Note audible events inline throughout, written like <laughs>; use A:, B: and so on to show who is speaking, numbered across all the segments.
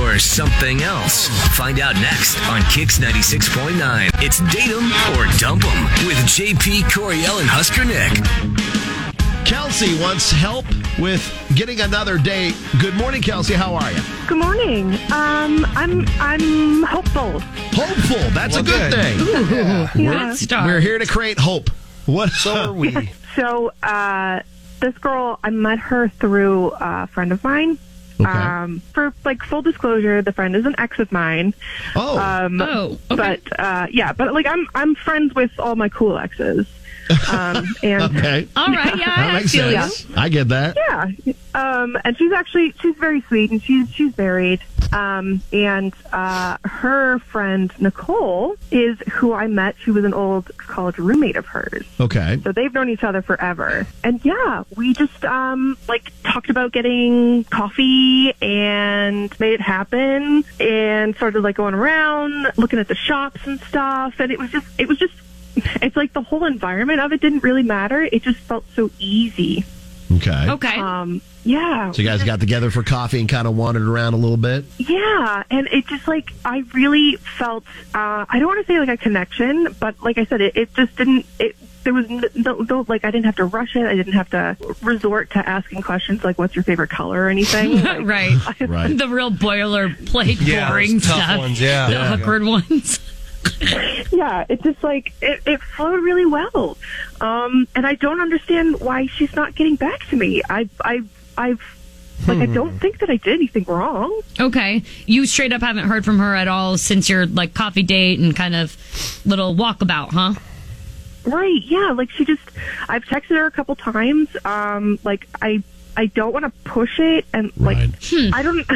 A: or something else? Find out next on Kix 96.9. It's Date 'em or Dump 'em with JP Coriel and Husker Nick.
B: Kelsey wants help with getting another date. Good morning, Kelsey. How are you?
C: Good morning. Um, I'm I'm hopeful.
B: Hopeful. That's a good, thing.
C: Yeah.
B: We're here to create hope. What?
D: So are we.
C: So uh, this girl, I met her through a friend of mine.
B: <laughs> Okay.
C: Um, for like full disclosure, the friend is an ex of mine.
B: oh,
C: Um,
E: Oh, okay.
C: But uh, yeah, but like I'm I'm friends with all my cool exes.
B: <laughs>
C: Um, and
B: okay.
E: All right, yeah,
B: That
E: I
B: makes
E: feel you.
B: sense. I get that.
C: Yeah. Um, and she's actually she's very sweet and she's she's married. Um, and uh, her friend Nicole is who I met. She was an old college roommate of hers.
B: Okay.
C: So they've known each other forever. And yeah, we just um like talked about getting coffee and made it happen and started like going around looking at the shops and stuff and it was just it was just <laughs> it's like the whole environment of it didn't really matter. It just felt so easy.
B: Okay.
E: Okay. <laughs>
C: Um yeah.
B: So you guys got together for coffee and kind of wandered around a little bit.
C: Yeah, and it just like I really felt uh, I don't want to say like a connection, but like I said, it, it just didn't. It there was n- no, no like I didn't have to rush it. I didn't have to resort to asking questions like "What's your favorite color?" or
E: <laughs>
C: anything. Like, uh,
E: right.
B: Right.
E: The real boilerplate,
D: Yeah,
E: boring
D: those tough
E: stuff.
D: ones, yeah.
E: The
D: Yeah.
E: awkward <laughs> ones.
C: <laughs> yeah, it just like it, it flowed really well, um, and I don't understand why she's not getting back to me. I I I've like I don't think that I did anything wrong.
E: Okay. You straight up haven't heard from her at all since your like coffee date and kind of little walkabout, huh?
C: Right, yeah. Like she just I've texted her a couple times. Um, like I I don't want to push it and like
B: Right.
C: I don't <sighs>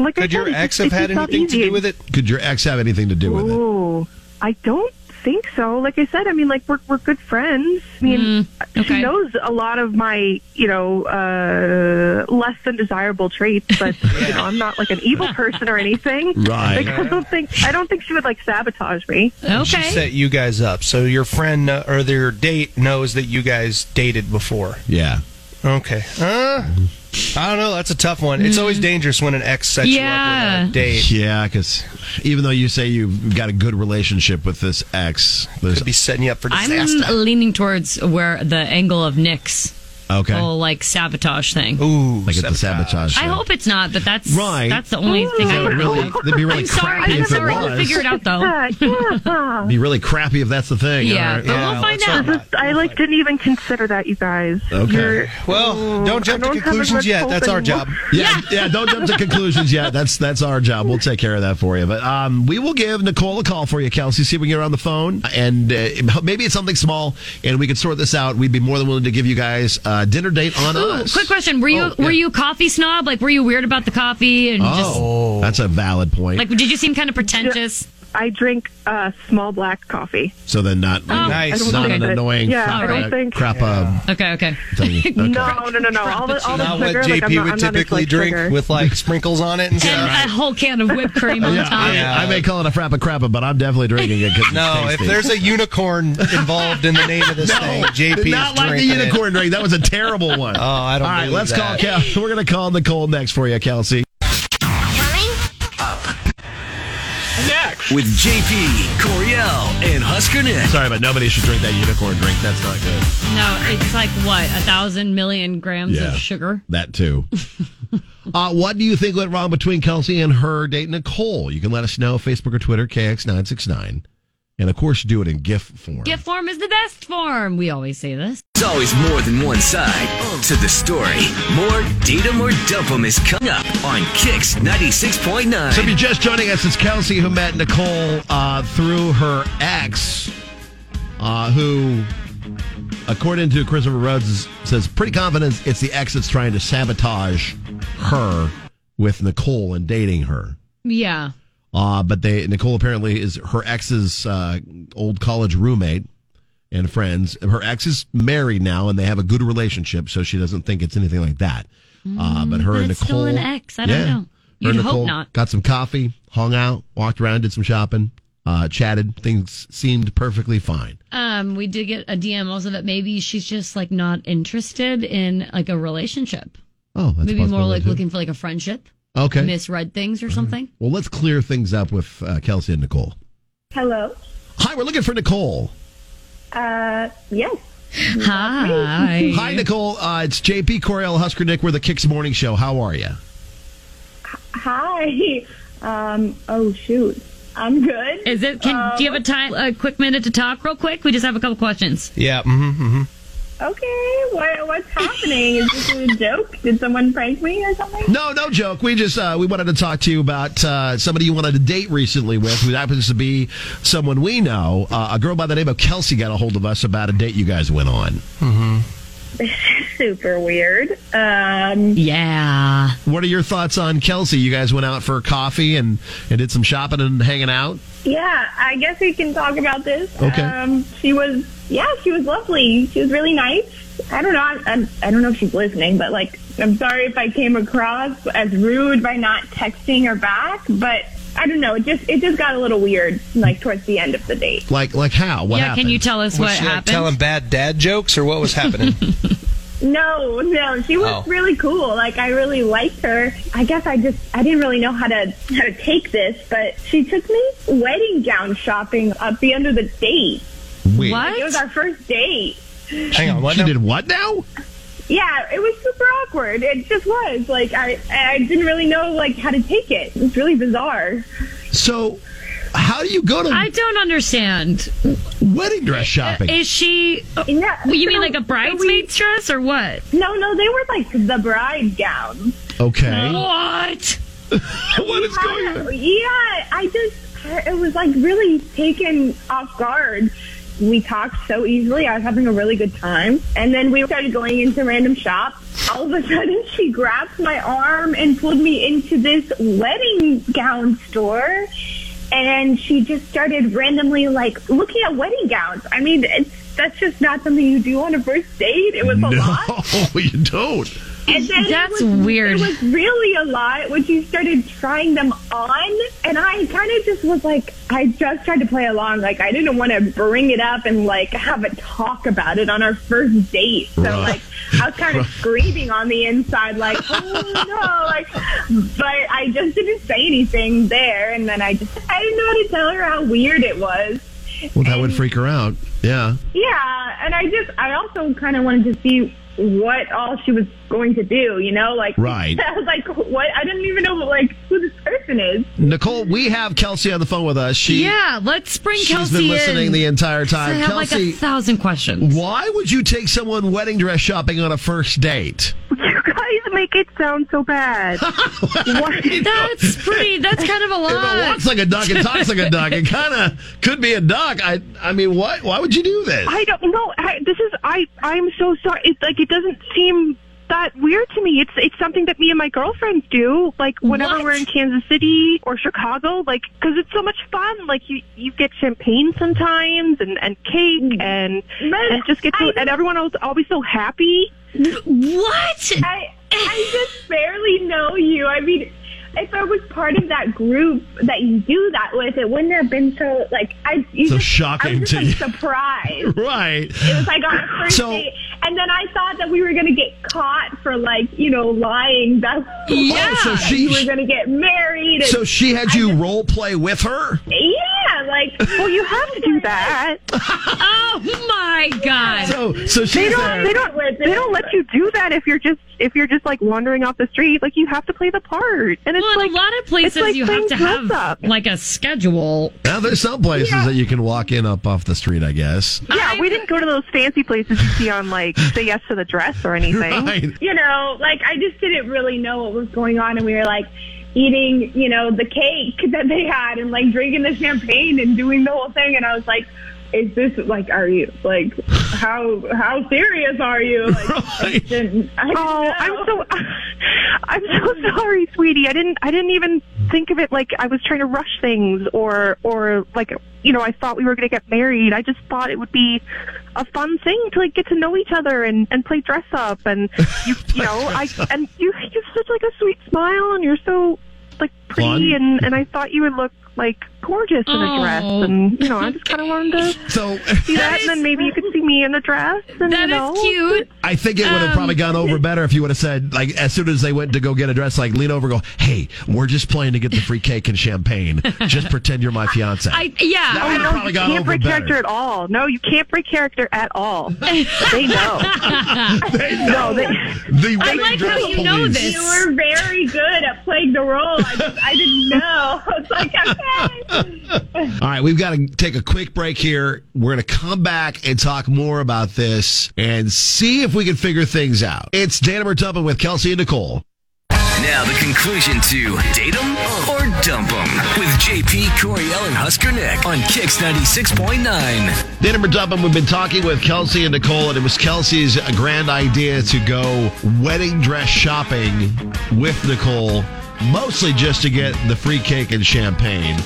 C: like I
D: Could your
C: said, it's
D: ex
C: just-
D: have had
C: it's not
D: anything to
C: easy.
D: do with it?
B: Could your ex have anything to do with it?
C: Ooh. I don't think so. Like I said, I mean like we're we're good friends. I mean
E: okay.
C: she knows a lot of my, you know, uh less than desirable traits,
D: <laughs>
C: but you know, I'm not like an evil person or anything.
B: Right.
C: Like, I don't think I don't think she would like sabotage me.
D: She
E: Okay.
D: set you guys up. So your friend uh, or their date knows that you guys dated before.
B: Yeah.
D: Okay. Uh, I don't know. That's a tough one. It's
C: Mm-hmm.
D: always dangerous when an ex sets you up
E: Yeah.
D: with a date.
B: Yeah, because even though you say you've got a good relationship with this ex, there's
D: Could be setting you up for
E: I'm
D: disaster.
E: leaning towards where the angle of Nick's
B: okay,
E: whole like sabotage thing.
D: Ooh,
B: like at the sabotage.
E: I
B: show.
E: hope it's not, but that's
B: Right.
E: that's the only thing I
B: It would
E: would
B: really,
E: really.
B: it'd be really
E: I'm sorry.
B: crappy
E: I'm
B: if
E: sorry.
B: it
E: We'll
B: was.
E: figure it out
C: <laughs>
E: though.
C: Uh, yeah.
B: It'd be really crappy if that's the thing. All
E: Yeah, but
B: right.
D: Yeah,
E: we'll find
D: let's hope
E: out.
D: not.
C: Just- I like didn't even consider that, you guys.
B: Okay.
D: Well, don't jump
C: I don't have
D: to
C: much
D: conclusions yet.
C: hope
D: That's our
C: anymore.
D: job.
B: Yeah, yeah. Don't jump to conclusions yet. That's that's our job. We'll take care of that for you. But um, we will give Nicole a call for you, Kelsey. See if we can get her on the phone, and uh, maybe it's something small, and we can sort this out. We'd be more than willing to give you guys a dinner date on
E: Ooh,
B: us.
E: quick question: Were you
B: Oh, yeah.
E: were you a coffee snob? Like, were you weird about the coffee and just
B: Oh, that's a valid point.
E: Like, did you seem kind of pretentious?
C: I drink uh, small black coffee.
B: so then, not
E: Oh,
D: Nice.
B: not
E: Okay.
B: an annoying
C: Yeah,
B: crap,
E: I don't
B: uh,
C: think-
B: crap
E: Okay, okay.
B: uh,
E: <laughs>
B: thing. Okay.
C: No, no, no, no. All the, all the
D: Not what
C: sugar.
D: JP
C: like, <laughs> I'm not,
D: would
C: I'm not into,
D: typically
C: like,
D: drink
C: sugar.
D: with like sprinkles
C: <laughs>
D: on it and
E: And
D: stuff.
E: a whole can of whipped cream
B: <laughs>
E: on
B: Yeah,
E: top.
B: I, I may call it a frappa crappa, but I'm definitely drinking it. 'cause it's
D: No, if
B: tasty.
D: there's a unicorn involved in the name
C: <laughs>
D: of this thing, JP is
B: not like the
D: drinking it.
B: unicorn drink. That was a terrible one.
D: Oh, I don't
B: All right,
D: believe
B: let's
D: that.
B: call. Kel- We're gonna call Nicole next for you, Kelsey.
A: With JP Coriel and Husker Nick.
B: Sorry, but nobody should drink that unicorn drink. That's not good.
E: No, it's like what a thousand million grams
B: Yeah.
E: of sugar.
B: That too. <laughs> uh, what do you think went wrong between Kelsey and her date Nicole? You can let us know Facebook or Twitter KX969, and of course do it in GIF form.
E: Gift form is the best form. We always say this.
A: There's always more than one side to the story. More Date 'em or Dump 'em is coming up on Kix 96.9.
B: So if you're just joining us, it's Kelsey who met Nicole uh, through her ex, uh, who, according to Christopher Rhodes, says pretty confident it's the ex that's trying to sabotage her with Nicole and dating her.
E: Yeah.
B: Uh, but they Nicole apparently is her ex's uh, old college roommate and friends. Her ex is married now, and they have a good relationship, so she doesn't think it's anything like that. Uh, but her
E: Mm, but
B: and
E: it's
B: Nicole,
E: still an ex. I don't know.
B: Her and
E: You'd hope
B: Nicole
E: not.
B: Got some coffee, hung out, walked around, did some shopping, uh, chatted. Things seemed perfectly fine.
E: Um, we did get a DM also that maybe she's just like not interested in like a relationship.
B: Oh, that's
E: maybe
B: possible
E: more like
B: too.
E: looking for like a friendship.
B: Okay. Mm-hmm.
E: misread things or something.
B: well, let's clear things up with uh, Kelsey and Nicole.
F: Hello.
B: Hi, we're looking for Nicole.
F: Uh, yes.
E: Hi.
B: Hi, Nicole. Uh, it's JP Coriel Husker Nick. We're the Kicks Morning Show. How are you?
F: Hi. <laughs> Um, oh shoot. I'm good.
E: Is it? Can
C: Um,
E: do you have a time? A quick minute to talk, real quick. We just have a couple questions.
D: Yeah. hmm hmm
F: okay. What what's happening? Is this a joke? Did someone prank me or something?
B: No, no joke. We just uh, we wanted to talk to you about uh, somebody you wanted to date recently with, who happens to be someone we know. Uh, a girl by the name of Kelsey got a hold of us about a date you guys went on.
F: Super weird. Um,
E: Yeah.
B: What are your thoughts on Kelsey? You guys went out for coffee and, and did some shopping and hanging out.
F: yeah, I guess we can talk about this.
B: Okay.
F: Um, she was yeah, she was lovely. She was really nice. I don't know. I, I'm, I don't know if she's listening, but like, I'm sorry if I came across as rude by not texting her back, but. I don't know. It just it just got a little weird, like towards the end of the date.
B: Like like how? What
E: yeah.
B: happened?
E: Can you tell us
D: Was
E: what
D: she like,
E: happened?
D: telling bad dad jokes or what was happening?
F: No, no, she was
D: Oh.
F: really cool. Like I really liked her. I guess I just I didn't really know how to how to take this, but she took me wedding gown shopping at the end of the date.
B: Wait,
F: It was
E: what?
F: our first date.
D: Hang on. What
B: She
D: now?
B: did what now?
F: Yeah, it was super awkward. It just was. Like I I didn't really know like how to take it. It was really bizarre.
B: So, how do you go to
E: I don't understand.
B: wedding dress shopping?
E: Is she?
F: Yeah.
E: Well, you mean
F: so-
E: like a
F: so we-
E: bridesmaid's dress or what?
F: No, no, they were like the bride gowns.
B: okay.
E: What?
B: <laughs> what is going on?
F: Yeah, I just, it was like really taken off guard. We talked so easily. I was having a really good time. And then we started going into random shops. All of a sudden, she grabbed my arm and pulled me into this wedding gown store. And she just started randomly like looking at wedding gowns. I mean, it's, that's just not something you do on a first date. It was a lot.
B: <laughs> No, <laughs> you don't.
F: And then it
E: That's
F: was-
E: weird.
F: It was really a lot when she started trying them on, and I kind of just was like, I just tried to play along. Like I didn't want to bring it up and like have a talk about it on our first date. So
B: Right.
F: like I was kind of screaming on the inside, like oh no, like. But I just didn't say anything there, and then I just I didn't know how to tell her how weird it was.
B: Well, that would freak her out. Yeah.
F: Yeah, and I just I also kind of wanted to see what all she was going to do. You know, like
B: Right.
F: <laughs> I was like, what? I didn't even know like who this person
B: <laughs>
F: is.
B: Nicole, we have Kelsey on the phone with us. She,
E: Yeah. Let's bring
B: she's
E: Kelsey
B: been listening
E: in.
B: the entire
E: I
B: time.
E: have like
B: Kelsey,
E: a thousand questions.
B: why would you take someone wedding dress shopping on a first date?
C: <laughs> You guys make it sound so
D: <laughs>
C: bad.
E: That's pretty. That's
B: <laughs>
E: kind of a
B: If it
E: lot.
B: walks like a duck and talks like a duck, it kind of could be a duck. I, I mean, what? Why would you do this?
C: I don't know. I, this is I. I'm so sorry. It's like it doesn't seem that weird to me. It's it's something that me and my girlfriends do. Like whenever
E: What?
C: we're in Kansas City or Chicago, like because it's so much fun. Like you you get champagne sometimes and and
E: Mm.
C: cake and
F: But
C: and just get
F: I
C: to and everyone else always so happy.
E: What?
F: I I just barely know you. I mean, if I was part of that group that you do that with, it wouldn't have been so like I. You
B: So
F: just,
B: shocking
F: I was just,
B: to
F: like,
B: you. <laughs>
F: Surprised.
B: right.
F: It was like
B: <laughs>
F: on our first
B: So-
F: date, and then I thought that we were going to get caught for like you know lying. That
E: Yeah.
B: Oh, so
F: <laughs> that
B: she,
F: we were going to get married. and-
B: so she had you role play with her?
F: Yeah,
C: <laughs>
F: like well,
C: You have to do
E: <laughs>
C: that.
E: Oh my god.
B: So, so
C: They
B: she's
C: don't.
B: there.
C: They don't. They don't let you do that if you're just if you're just like wandering off the street. Like you have to play the part. And it's
E: Well,
C: like
E: in a lot of
C: it's
E: places
C: like
E: you have
C: playing
E: to have
C: dress up.
E: like a schedule.
B: Now there's some places that you can walk in up off the street, I guess.
C: Yeah, we didn't go to those fancy places you see on like Say Yes to the Dress or anything.
B: Right.
F: you know, like I just didn't really know what was going on, and we were like eating, you know, the cake that they had, and like drinking the champagne and doing the whole thing, and I was like. Is this like? Are you like? How how serious are
C: <laughs>
F: you? Like,
B: <laughs>
F: I
B: Right. <laughs>
F: didn't, I didn't
C: Oh,
F: know.
C: I'm so <laughs> I'm so sorry, sweetie. I didn't I didn't even think of it like I was trying to rush things or or like you know, I thought we were going to get married. I just thought it would be a fun thing to like get to know each other and and play dress up and you you know, I and you you have such like a sweet smile and you're so like
B: Fun.
C: pretty and and I thought you would look like gorgeous in a dress,
E: Oh.
C: and you know, I just kind of
E: <laughs>
C: wanted to
B: So
C: see that,
E: is-
C: and then maybe you could see me in a dress. And,
E: That
C: you know,
E: is cute.
B: I think it would have
E: Um,
B: probably gone over better if you would have said, like, as soon as they went to go get a dress, like, lean over, and go, hey, we're just playing to get the free cake and champagne. Just pretend you're my fiance.
E: I yeah.
B: That
E: I
B: would've
C: No,
B: probably
C: you
B: gone
C: can't
B: over
C: break
B: better.
C: character at all. No, you can't break character at
B: <laughs>
C: all. they know. they know. No, they,
B: the
E: I
B: wedding
E: like how
B: dress
E: you know
B: police.
E: this.
F: You were very good at playing the role. I, just, I didn't know. <laughs> I was like, okay.
B: All right, we've got to take a quick break here. We're going to come back and talk more about this and see if we can figure things out. It's Danimer Tuppen with Kelsey and Nicole.
A: Now the conclusion to date 'em or dump 'em with JP Coriel and Husker Nick on Kix 96.9.
B: Danimer Tuppen, we've been talking with Kelsey and Nicole, and it was Kelsey's grand idea to go wedding dress shopping with Nicole, mostly just to get the free cake and champagne.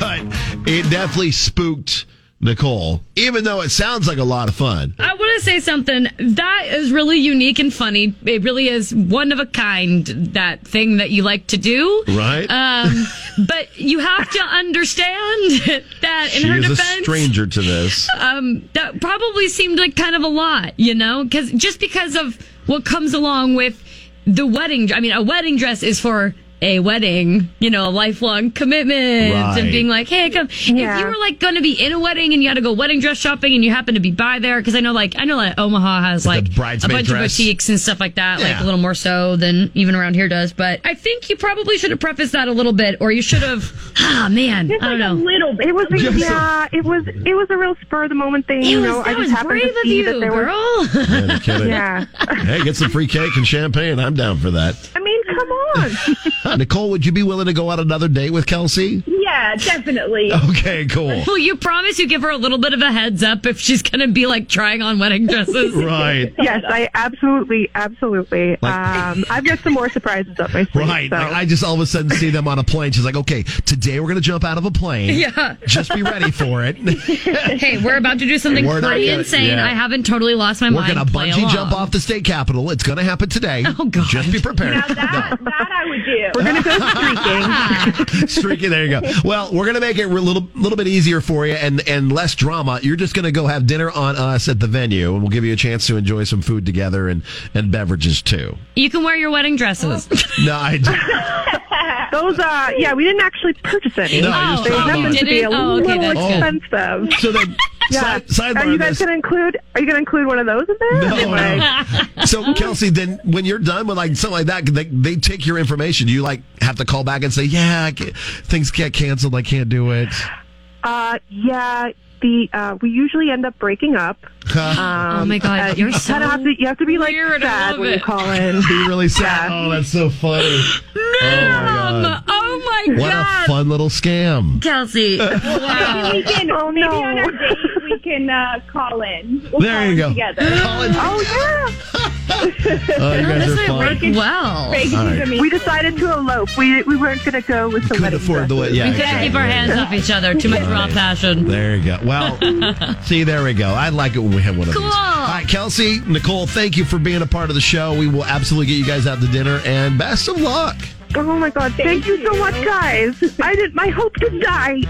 B: But it definitely spooked Nicole, even though it sounds like a lot of fun.
E: I want to say something that is really unique and funny. It really is one of a kind. That thing that you like to do,
B: Right.
E: Um, but you have to understand <laughs> that in
B: she
E: her
B: is
E: defense,
B: a stranger to this.
E: um, that probably seemed like kind of a lot, you know, because just because of what comes along with the wedding. I mean, a wedding dress is for a wedding, you know, a lifelong commitment
B: Right.
E: and being like, hey, come. If
C: Yeah.
E: you were like going to be in a wedding and you had to go wedding dress shopping and you happen to be by there, because I know like I know like Omaha has
B: Like a
E: like a
B: bridesmaid
E: bunch of
B: dress.
E: boutiques and stuff like that, like
B: Yeah.
E: a little more so than even around here does. But I think you probably should have prefaced that a little bit, or you should have. <laughs> ah, man,
F: Just
E: I
F: like
E: don't
F: a
E: know.
F: little bit.
C: It was a,
B: Jefferson.
C: yeah, it was it was a real spur of the moment thing.
E: It
C: you
E: was,
C: know, I
E: that
C: just
E: was
C: happened
E: brave
C: to
E: of
C: see that
E: you,
C: there was
E: girl.
B: Yeah, no kidding.
C: yeah.
B: Hey, get some free cake and champagne. I'm down for that.
C: I mean, come
B: <laughs>
C: on.
B: Huh, Nicole, would you be willing to go on another date with Kelsey?
F: Yeah, definitely.
B: Okay, cool.
E: Well, you promise you give her a little bit of a heads up if she's going to be like trying on wedding
B: <laughs>
E: dresses.
B: Right.
C: yes, I absolutely, absolutely. um, I've got some more surprises up my sleeve.
B: Right.
C: So.
B: Like, I just all of a sudden see them on a plane. She's like, okay, today we're going to jump out of a plane.
E: Yeah.
B: Just be ready for
E: <laughs>
B: it. we're
E: Hey, we're about to do something
B: We're not
E: pretty
B: gonna-
E: insane.
B: yeah.
E: I haven't totally lost my mind.
B: going to
E: Play
B: bungee
E: along.
B: jump off the state capitol. It's going to happen today.
E: Oh, God.
B: Just be prepared. <laughs>
F: Now that, that I would do.
C: We're gonna go streaking.
B: Streaky, there you go. Well, we're gonna make it a little little bit easier for you and and less drama. You're just gonna go have dinner on us at the venue, and we'll give you a chance to enjoy some food together and and beverages too.
E: You can wear your wedding dresses.
B: No, I
C: Those, uh, yeah, we didn't actually purchase any.
B: <laughs> No, you just
C: they
B: bought
C: happened
E: them.
C: to be a
E: Didn't? Oh, okay,
C: little
E: that's
B: good.
C: expensive.
B: so then
C: Yeah.
B: side, sidebar.
C: are you
B: on
C: guys
B: this.
C: gonna include? Are you gonna include one of those in there?
B: No,
C: Anyway.
B: no. So Kelsey, then when you're done with like something like that, they, they take your information. Do you like have to call back and say, yeah, I can't, things get canceled. I can't do it.
C: Uh, yeah. The uh, we usually end up breaking up.
E: oh my god, you're
C: Uh, you
E: so
C: kinda have to you have to be like
E: weird. I
C: sad
E: love
C: when you
E: it.
C: call
E: <laughs>
C: in.
B: Be really sad.
C: Yeah.
B: Oh, that's so funny. Oh
E: Um,
B: my god.
E: oh my
B: What
E: god,
B: a fun little scam.
E: Kelsey. Wow.
F: Maybe we can,
C: Oh,
F: maybe
B: <laughs>
C: no.
F: on our date we can uh, call in. We'll
B: There
F: call
B: you
F: in
B: go.
F: Together.
C: Oh yeah.
B: Oh, you guys
E: this
B: are
E: might
B: fun.
E: work well.
F: Fake
B: All
F: news
B: right.
F: to me.
C: We decided to elope. We we weren't gonna go with
B: Could
C: somebody.
B: afford the way. Yeah,
E: We gotta keep our hands off each other. Too much raw
B: Right.
E: passion.
B: There you go.
C: <laughs>
B: Well, see, there we go. I like it when we have one of
E: Cool.
B: these. All right, Kelsey, Nicole, thank you for being a part of the show. We will absolutely get you guys out to dinner, and best of luck.
C: Oh my god! Thank, you so much, guys. I did. My hope did die.